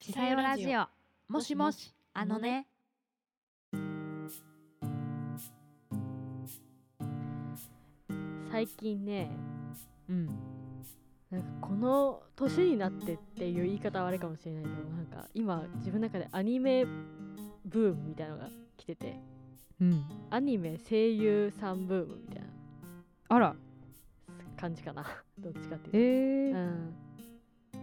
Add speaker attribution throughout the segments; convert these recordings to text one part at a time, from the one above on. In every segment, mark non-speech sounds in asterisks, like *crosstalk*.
Speaker 1: ちさよラジオもしもしあのね
Speaker 2: 最近ね
Speaker 1: うん
Speaker 2: なんかこの年になってっていう言い方はあれかもしれないけどなんか今自分の中でアニメブームみたいなのが来てて
Speaker 1: うん
Speaker 2: アニメ声優さんブームみたいな
Speaker 1: あら
Speaker 2: 感じかな *laughs* どっちかって
Speaker 1: え
Speaker 2: いう
Speaker 1: ー
Speaker 2: と、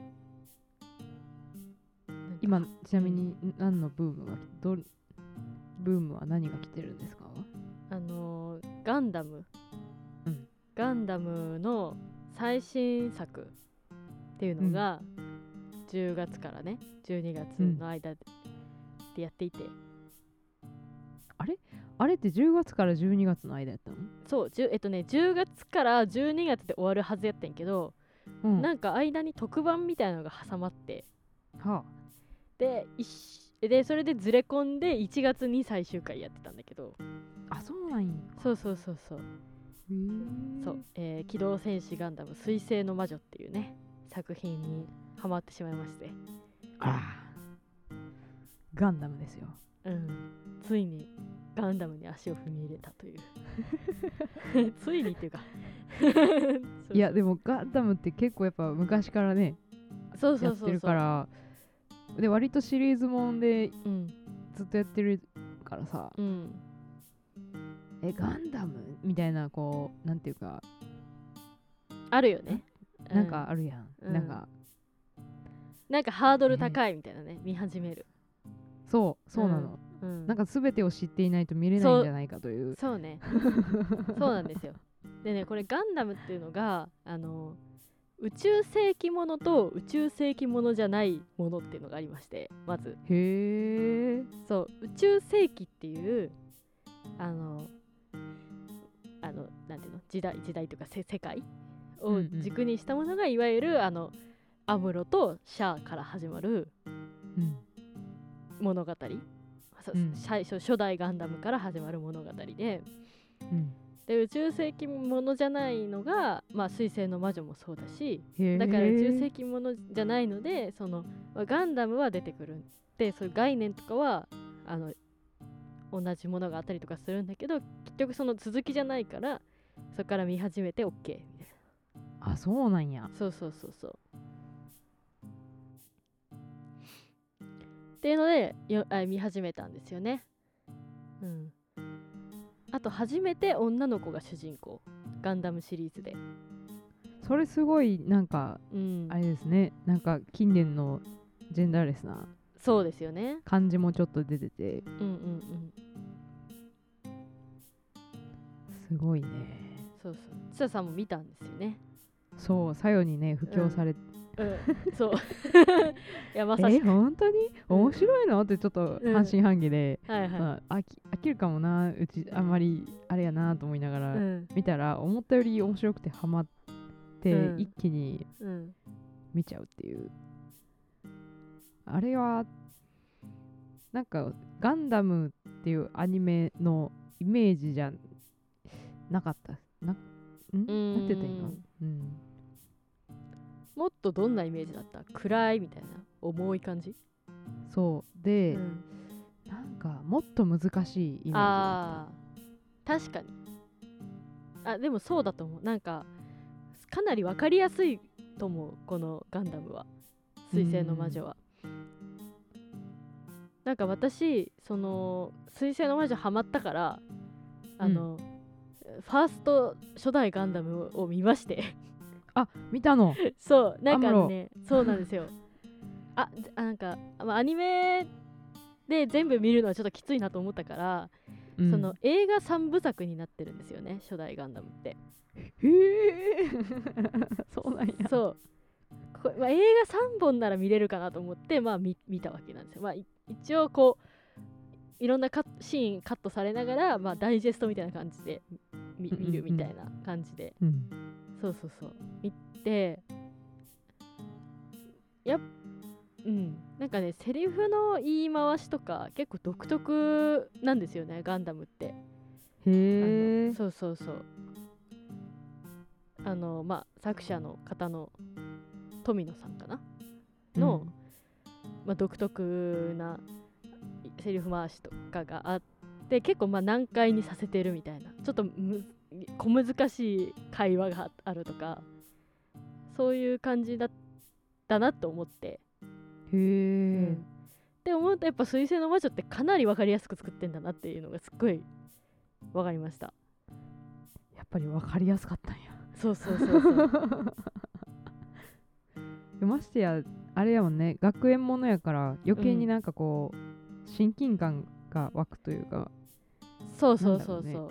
Speaker 2: うん、
Speaker 1: 今ちなみに何のブームがどんブームは何が来てるんですか
Speaker 2: あのーガンダム、
Speaker 1: うん
Speaker 2: ガンダムの最新作っていうのが、10月からね12月の間ででやっていて、
Speaker 1: あれって10月から12月の間やったの
Speaker 2: そうじゅえっとね10月から12月で終わるはずやってんけど、
Speaker 1: うん
Speaker 2: なんか間に特番みたいなのが挟まって
Speaker 1: は
Speaker 2: でいしでそれでずれ込んで1月に最終回やってたんだけど
Speaker 1: ああそうなんや
Speaker 2: そうそうそうそう
Speaker 1: へー
Speaker 2: そう、えー機動戦士ガンダム水星の魔女っていうね作品にハマってしまいまして
Speaker 1: あーガンダムですよ
Speaker 2: うんついにガンダムに足を踏み入れたというついにっていう *laughs* かそう
Speaker 1: いやでもガンダムって結構やっぱ昔からね
Speaker 2: そうそ
Speaker 1: や
Speaker 2: う
Speaker 1: っ
Speaker 2: そう
Speaker 1: てるからで割とシリーズもんで
Speaker 2: そううん
Speaker 1: ずっとやってるからさ
Speaker 2: うん
Speaker 1: えガンダムみたいなこうなんていうか
Speaker 2: あるよね
Speaker 1: なんかあるやん、
Speaker 2: うん
Speaker 1: なんか
Speaker 2: うんなんかハードル高いみたいなね見始める
Speaker 1: そうそうなの、
Speaker 2: うん
Speaker 1: なんか全てを知っていないと見れないんじゃないかという
Speaker 2: そうねそうなんですよでねこれガンダムっていうのがあの宇宙世紀ものと宇宙世紀ものじゃないものっていうのがありましてまず
Speaker 1: へえ
Speaker 2: そう宇宙世紀っていうあのあのなんていうの時代時代というかせ世界
Speaker 1: うん
Speaker 2: を
Speaker 1: うん
Speaker 2: 軸にしたものがいわゆるあのアムロとシャアから始まる
Speaker 1: うん
Speaker 2: 物語、そう
Speaker 1: うん
Speaker 2: 最初初代ガンダムから始まる物語で
Speaker 1: うん
Speaker 2: で宇宙世紀ものじゃないのが「まあ、水星の魔女」もそうだし
Speaker 1: へえ
Speaker 2: だから宇宙世紀ものじゃないのでそのまあガンダムは出てくるでそういう概念とかはあの同じものがあったりとかするんだけど結局その続きじゃないからそこから見始めて OK みたい
Speaker 1: あそうなんや
Speaker 2: なそうそうそうそうっていうのでよあ見始めたんですよねうんあと初めて女の子が主人公ガンダムシリーズで
Speaker 1: それすごいなんか
Speaker 2: うん
Speaker 1: あれですねなんか近年のジェンダーレスな
Speaker 2: そうですよね
Speaker 1: 感じもちょっと出てて
Speaker 2: うんうんうん
Speaker 1: すごいね
Speaker 2: そうそうちささんも見たんですよね
Speaker 1: そうさよにね布教されて、
Speaker 2: うん *laughs* そういやまさ
Speaker 1: え
Speaker 2: しく
Speaker 1: 本当に
Speaker 2: うん
Speaker 1: 面白いのってちょっと
Speaker 2: うん
Speaker 1: 半信半疑で、
Speaker 2: はいは
Speaker 1: まあ、飽き飽きるかもなうちあんまりあれやなと思いながら、
Speaker 2: いうん
Speaker 1: 見たら思ったより面白くてハマって、
Speaker 2: うん
Speaker 1: 一気に
Speaker 2: うん
Speaker 1: 見ちゃうっていうあれはなんかガンダムっていうアニメのイメージじゃなかったななん
Speaker 2: ん
Speaker 1: なんて言ったらいいの、うん、
Speaker 2: もっとどんなイメージだった暗いみたいな重い感じ、
Speaker 1: そうで、
Speaker 2: うん
Speaker 1: なんかもっと難しいイメージだっ
Speaker 2: あー確かにあでもそうだと思うなんかかなり分かりやすいと思うこのガンダムは「水星の魔女は」なんか私その「水星の魔女」ハマったからあの、ファースト初代ガンダムを見まして *laughs*
Speaker 1: たあ見たの
Speaker 2: そうなん
Speaker 1: アム
Speaker 2: か
Speaker 1: ロ
Speaker 2: ねそうなんですよあぜあなんか、まあアニメで全部見るのはちょっときついなと思ったから、
Speaker 1: うん
Speaker 2: その映画3部作になってるんですよね初代ガンダムって
Speaker 1: へえそうなんや
Speaker 2: *laughs* そうこれ、まあ、映画3本なら見れるかなと思って、まあ、見見たわけなんですよ、まあ、い一応こういろんなカットシーンカットされながら、まあ、ダイジェストみたいな感じでみ
Speaker 1: うんうんうん
Speaker 2: 見るみたいな感じで、
Speaker 1: うん
Speaker 2: そうそうそう見てやっうんなんかねセリフの言い回しとか結構独特なんですよねガンダムってあ
Speaker 1: へえ
Speaker 2: のそうそうそうあのまあ作者の方の富野さんかなの、まあ、独特なセリフ回しとかがあって結構まあ難解にさせてるみたいなちょっとむ小難しい会話があるとかそういう感じだだなと思って、
Speaker 1: へ
Speaker 2: う
Speaker 1: え
Speaker 2: ん、って思うとやっぱ「水星の魔女」ってかなり分かりやすく作ってんだなっていうのがすっごい分かりました
Speaker 1: やっぱり分かりやすかったんや
Speaker 2: *laughs* そうそうそうそう
Speaker 1: ましてやあれやもんね学園ものやから余計
Speaker 2: う
Speaker 1: に
Speaker 2: ん
Speaker 1: なんかこう、親近感が湧くというか
Speaker 2: *laughs* そうそうそう
Speaker 1: なんだ
Speaker 2: そ
Speaker 1: ろ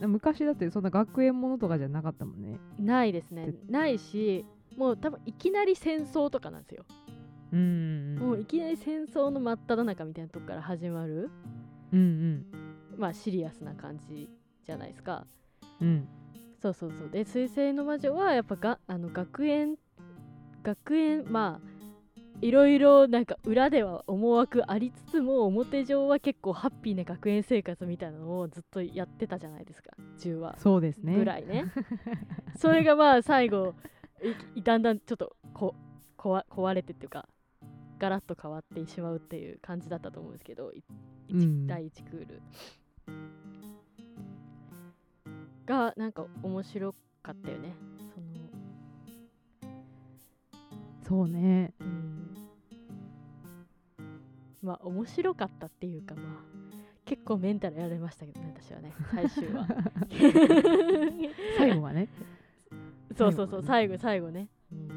Speaker 2: う
Speaker 1: 昔だってそんな学園ものとかじゃなかったもんね
Speaker 2: ないですねないしもう多分いきなり戦争とかなんですよ
Speaker 1: うんうん
Speaker 2: もういきなり戦争の真っ只中みたいなとこから始まる
Speaker 1: うんうん
Speaker 2: まあシリアスな感じじゃないですか
Speaker 1: うん
Speaker 2: そうそうそうで「水星の魔女」はやっぱがあの学園学園まあいろいろなんか裏では思惑ありつつも表上は結構ハッピーな学園生活みたいなのをずっとやってたじゃないですか10話
Speaker 1: そうですね
Speaker 2: ぐらい
Speaker 1: *laughs*
Speaker 2: ねそれがまあ最後いだんだんちょっとこ壊壊れてっていうかガラッと変わってしまうっていう感じだったと思うんですけど、い一
Speaker 1: うん
Speaker 2: 第1クールがなんか面白かったよねその、
Speaker 1: そうね
Speaker 2: うん、まあ面白かったっていうかまあ結構メンタルやられましたけどね私はね最終
Speaker 1: *laughs*
Speaker 2: は
Speaker 1: 最後はね
Speaker 2: そうそうそう
Speaker 1: 最
Speaker 2: 最後最後ね、うん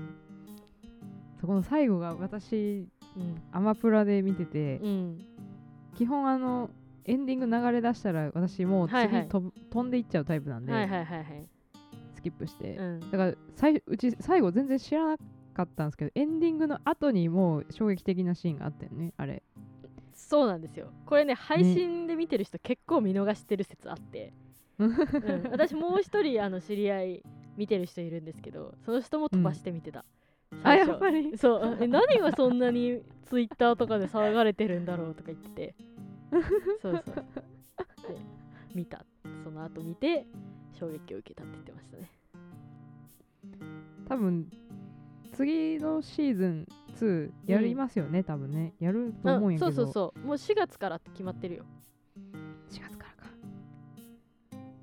Speaker 1: そこの最後が私
Speaker 2: うん
Speaker 1: アマプラで見てて、
Speaker 2: うん、
Speaker 1: 基本あのエンディング流れ出したら私もう次
Speaker 2: はいはい
Speaker 1: 飛ぶ飛んでいっちゃうタイプなんで、
Speaker 2: はいはいはいはい、
Speaker 1: スキップして、
Speaker 2: うん、
Speaker 1: だから最うち最後全然知らなかったんですけどエンディングの後にもう衝撃的なシーンがあったよねあれ
Speaker 2: そうなんですよこれね配信で見てる人結構見逃してる説あって、
Speaker 1: う
Speaker 2: うんん、私もう一人あの知り合い見てる人いるんですけどその人も飛ばして見てた、
Speaker 1: あ
Speaker 2: 最
Speaker 1: や
Speaker 2: 初
Speaker 1: っぱり
Speaker 2: そうえ何がそんなにツイッターとかで騒がれてるんだろうとか言っててそうそうで見たその後見て衝撃を受けたって言ってましたね
Speaker 1: 多分次のシーズン2やりますよね、多分ねやると思うんやけど
Speaker 2: あそうそうそうもう4月からって決まってるよ
Speaker 1: 4月からか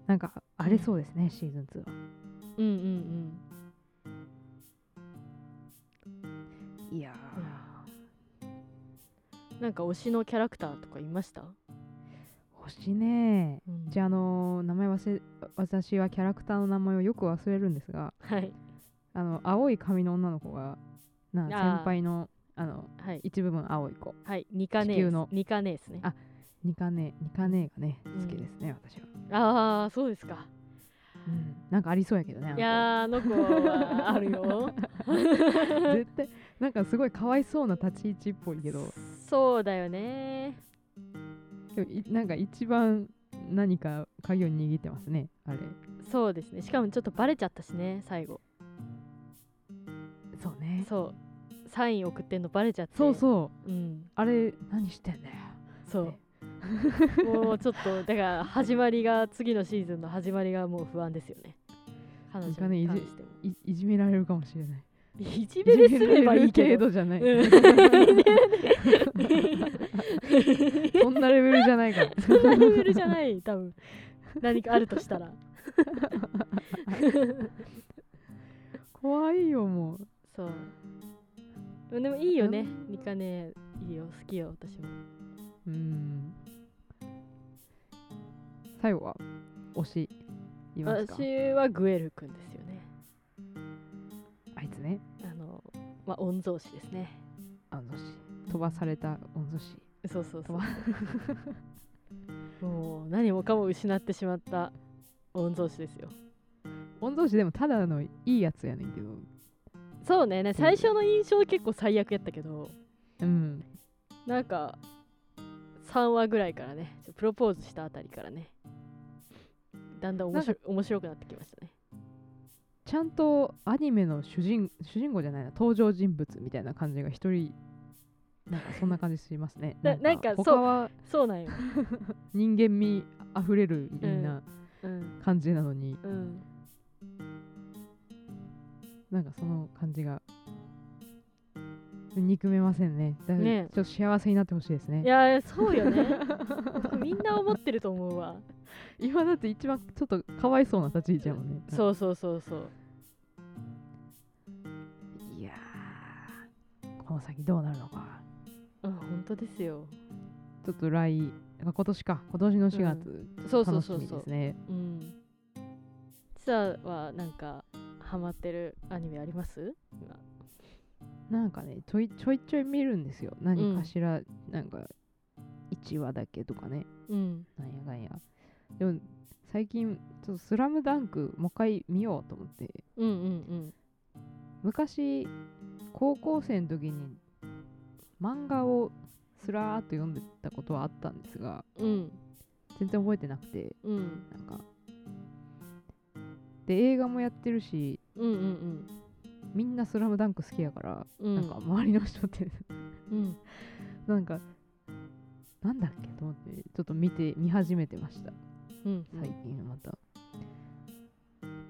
Speaker 1: なんかあれそうですね、シーズン2は
Speaker 2: うんうんうん
Speaker 1: いや
Speaker 2: なんか推しのキャラクターとかいました、
Speaker 1: 星ねじ
Speaker 2: ゃ
Speaker 1: ゃあ、あのー名前忘れ私はキャラクターの名前をよく忘れるんですが
Speaker 2: はい
Speaker 1: あの青い髪の女の子がな
Speaker 2: あー
Speaker 1: 先輩のあの
Speaker 2: はい
Speaker 1: 一部分青い子
Speaker 2: はいニカネ
Speaker 1: 地球
Speaker 2: ー
Speaker 1: の
Speaker 2: スニカネースね
Speaker 1: あニカネニカネがね
Speaker 2: うん
Speaker 1: 好きですね、私は、
Speaker 2: ああそうですか
Speaker 1: うん、なんかありそうやけどねあの
Speaker 2: い
Speaker 1: 子
Speaker 2: やーあの子はあるよ
Speaker 1: 絶対なんかすごいかわいそうな立ち位置っ *laughs* ぽいけど
Speaker 2: そうだよね
Speaker 1: でもいなんか一番何か鍵を握ってますねあれ
Speaker 2: そうですねしかもちょっとバレちゃったしね最後
Speaker 1: そうね
Speaker 2: そうサイン送ってんのバレちゃって
Speaker 1: そうそう
Speaker 2: う、うん、
Speaker 1: あれ何してんだよ
Speaker 2: そう *laughs* もうちょっとだから始まりが次のシーズンの始まりがもう不安ですよね彼女に関しても
Speaker 1: いいじめられるかもしれ *laughs* ない
Speaker 2: いじめで済めばいいけど
Speaker 1: いじめられる程度じゃな
Speaker 2: うん
Speaker 1: い、*laughs* そんなレベルじゃないから
Speaker 2: そんなレベルじゃない多分何かあるとしたら
Speaker 1: 怖いよもう
Speaker 2: そうでもいいよね
Speaker 1: うん
Speaker 2: ニカねいいよ好きよ私も
Speaker 1: うん最後は推しいますか
Speaker 2: 私はグエル君ですよね
Speaker 1: あいつね
Speaker 2: あのまあ御曹司ですね
Speaker 1: あのし飛ばされた御曹司
Speaker 2: そうそうそうもう何もかも失ってしまった御曹司ですよ
Speaker 1: 御曹司でもただのいいやつやねんけど
Speaker 2: そうねね最初の印象結構最悪やったけど
Speaker 1: うん
Speaker 2: なんか3話ぐらいからねちょプロポーズしたあたりからねだんだん面白面白くなってきましたね
Speaker 1: ちゃんとアニメの主人主人公じゃないな登場人物みたいな感じが一人なんかそんな感じしますね
Speaker 2: *laughs* ななんかそう
Speaker 1: 他は
Speaker 2: そうなんよ、
Speaker 1: 人間味あふれるみんな
Speaker 2: うん
Speaker 1: 感じなのに、
Speaker 2: うん、
Speaker 1: なんかその感じが憎めませんね。だ
Speaker 2: ね
Speaker 1: ちょっと幸せになってほしいですね。
Speaker 2: いやーそうよねみんな思ってると思うわ
Speaker 1: 今だって一番ちょっとかわいそうな立ち位置やもんね。
Speaker 2: そうそうそうそう
Speaker 1: いやーこの先どうなるのか。
Speaker 2: うん本当ですよ
Speaker 1: ちょっと来、あ今年か、今年の4月、
Speaker 2: そうそう
Speaker 1: 楽し
Speaker 2: そう
Speaker 1: み
Speaker 2: そ
Speaker 1: で
Speaker 2: う
Speaker 1: すね。
Speaker 2: うんちさはなんかハマってるアニメあります今
Speaker 1: なんかね、ちょいちょいちょい見るんですよ。何かしら、なんか、1話だけとかね、
Speaker 2: うん
Speaker 1: なんやかんや。でも、最近、ちょっとスラムダンク、もう一回見ようと思って、
Speaker 2: うんうん
Speaker 1: 昔高校生の時に漫画をスラーっと読んでたことはあったんですが
Speaker 2: うんうん
Speaker 1: 全然覚えてなくて
Speaker 2: うん
Speaker 1: なんかで映画もやってるし
Speaker 2: うんうん
Speaker 1: みんな「スラムダンク好きやから、
Speaker 2: うん
Speaker 1: なんか周りの人って *laughs*
Speaker 2: うん
Speaker 1: なんかなんだっけと思ってちょっと見て見始めてました
Speaker 2: うん
Speaker 1: 最近また、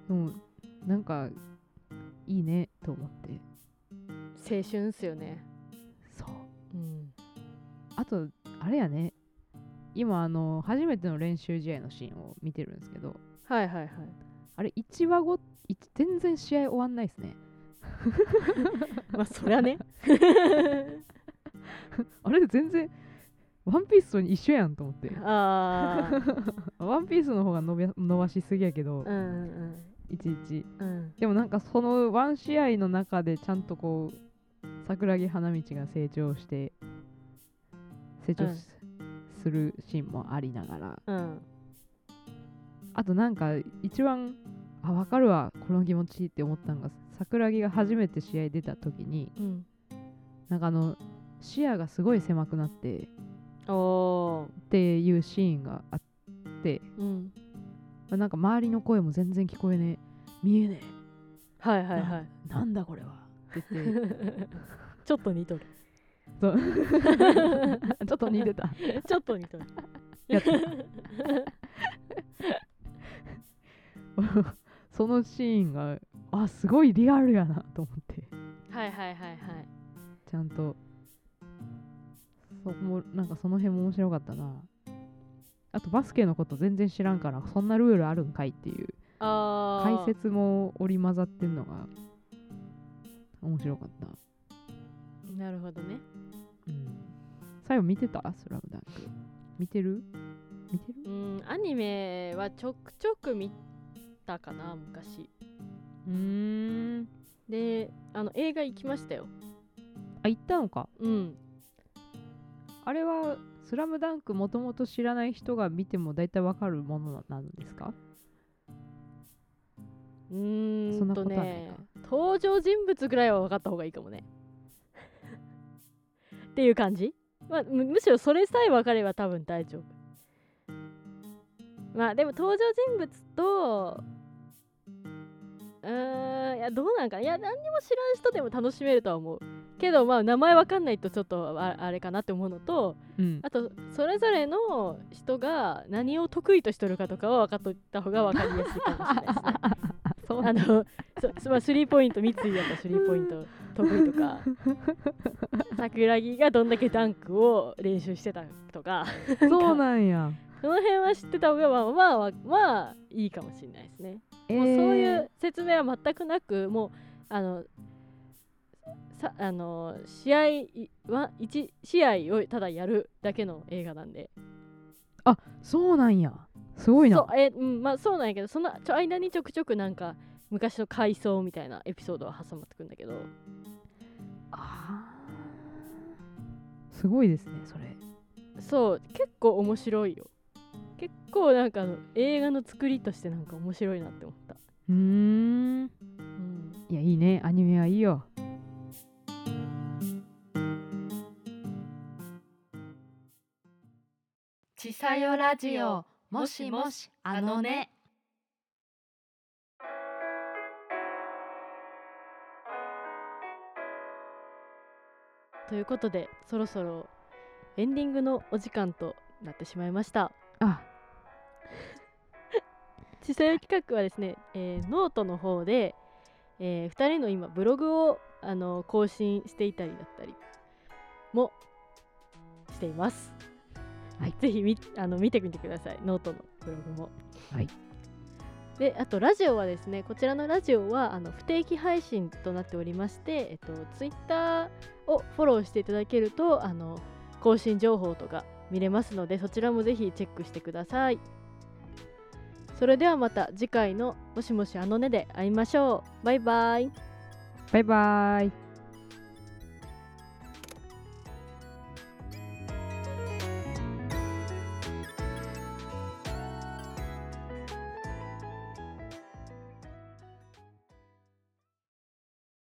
Speaker 1: でもなんかいいねと思って
Speaker 2: 青春っすよね
Speaker 1: そう
Speaker 2: うん
Speaker 1: あと、あれやね、今、あの、初めての練習試合のシーンを見てるんですけど、
Speaker 2: はい *laughs* はいはい
Speaker 1: あれ、1話後、い全然試合終わんないですね。
Speaker 2: まあそりゃ *laughs* ね
Speaker 1: あれ、全然、ワンピースと一緒やんと
Speaker 2: *laughs*
Speaker 1: 思って。
Speaker 2: あ *laughs* あ
Speaker 1: ワンピースの方が伸び伸ばしすぎやけ
Speaker 2: う、
Speaker 1: ど
Speaker 2: んうん
Speaker 1: いちいち。
Speaker 2: うんうん
Speaker 1: でもなんか、そのワン試合の中で、ちゃんとこう、桜木花道が成長して、成長す,、するシーンもありながら、
Speaker 2: うん
Speaker 1: あとなんか一番あ分かるわこの気持ちって思ったのが桜木が初めて試合出た時に
Speaker 2: うん
Speaker 1: なんかあの視野がすごい狭くなってっ
Speaker 2: おー
Speaker 1: ていうシーンがあって
Speaker 2: うん
Speaker 1: まあなんか周りの声も全然聞こえねえ見えね
Speaker 2: はい
Speaker 1: え、
Speaker 2: はいはい
Speaker 1: ななんだこれはって言って
Speaker 2: ちょっと似とる
Speaker 1: ちょっと似てた
Speaker 2: *laughs* ちょっと似とる
Speaker 1: やった *laughs* そのシーンがあすごいリアルやなと思って
Speaker 2: はいはいはいはい
Speaker 1: ちゃんとそもなんかその辺も面白かったなあとバスケのこと全然知らんからそんなルールあるんかいっていう
Speaker 2: あー
Speaker 1: 解説も織り交ざってんのが面白かった、
Speaker 2: なるほどね
Speaker 1: うん、最後見てたスラムダンク見てる見てる
Speaker 2: うんアニメはちょくちょく見たかな昔
Speaker 1: うん
Speaker 2: であの映画行きましたよ
Speaker 1: あ行ったのか
Speaker 2: うん
Speaker 1: あれは「スラムダンクもともと知らない人が見ても大体わかるものなんですか
Speaker 2: うーん
Speaker 1: そんなこと
Speaker 2: と
Speaker 1: はないか
Speaker 2: ね登場人物ぐらいは分かった方がいいかもねっていう感じ、まあ、むむしろそれさえ分かれば多分大丈夫まあでも登場人物とうーんいやどうなんかないや何にも知らん人でも楽しめるとは思うけどまあ名前分かんないとちょっとああれかなって思うのと
Speaker 1: うん
Speaker 2: あとそれぞれの人が何を得意としとるかとかは分かっといた方が分かりやすいかもしれないですね
Speaker 1: *laughs* そう
Speaker 2: あの、そまあ、スリーポイント、三井だとスリーポイント得意とか、桜木がどんだけダンクを練習してたとか、
Speaker 1: *laughs* そうなん *laughs* や
Speaker 2: その辺は知ってた方が、まあ、まあまあ、まあ、いいかもしれないですね。
Speaker 1: え
Speaker 2: もうそうい
Speaker 1: ー
Speaker 2: う説明は全くなく、もう、あの、さあの試合いは1試合をただやるだけの映画なんで、
Speaker 1: そうなんやすごいな
Speaker 2: そうえうんまあ、そうなんやけど、そのちょ間にちょくちょくなんか、昔の回想みたいなエピソードは挟まってくんだけど。
Speaker 1: あーすごいですねそれ
Speaker 2: そう結構面白いよ結構なんかあの映画の作りとしてなんか面白いなって思った、
Speaker 1: うーん
Speaker 2: うん、
Speaker 1: いやいいねアニメはいいよ
Speaker 3: ちさよラジオもしもしあのね
Speaker 2: ということでそろそろエンディングのお時間となってしまいました
Speaker 1: あ
Speaker 2: 地さよ企画はですね、えーノートの方で、え2人の今ブログをあの更新していたりだったりもしています。
Speaker 1: はい、
Speaker 2: ぜひみあの見てみてください、ノートのブログも。
Speaker 1: はい、
Speaker 2: であとラジオはですね、こちらのラジオはあの不定期配信となっておりまして、えっと、Twitter をフォローしていただけるとあの更新情報とか見れますので、そちらもぜひチェックしてください。それではまた次回の「もしもしあのね」で会いましょう。バイバイ。
Speaker 1: バイバーイ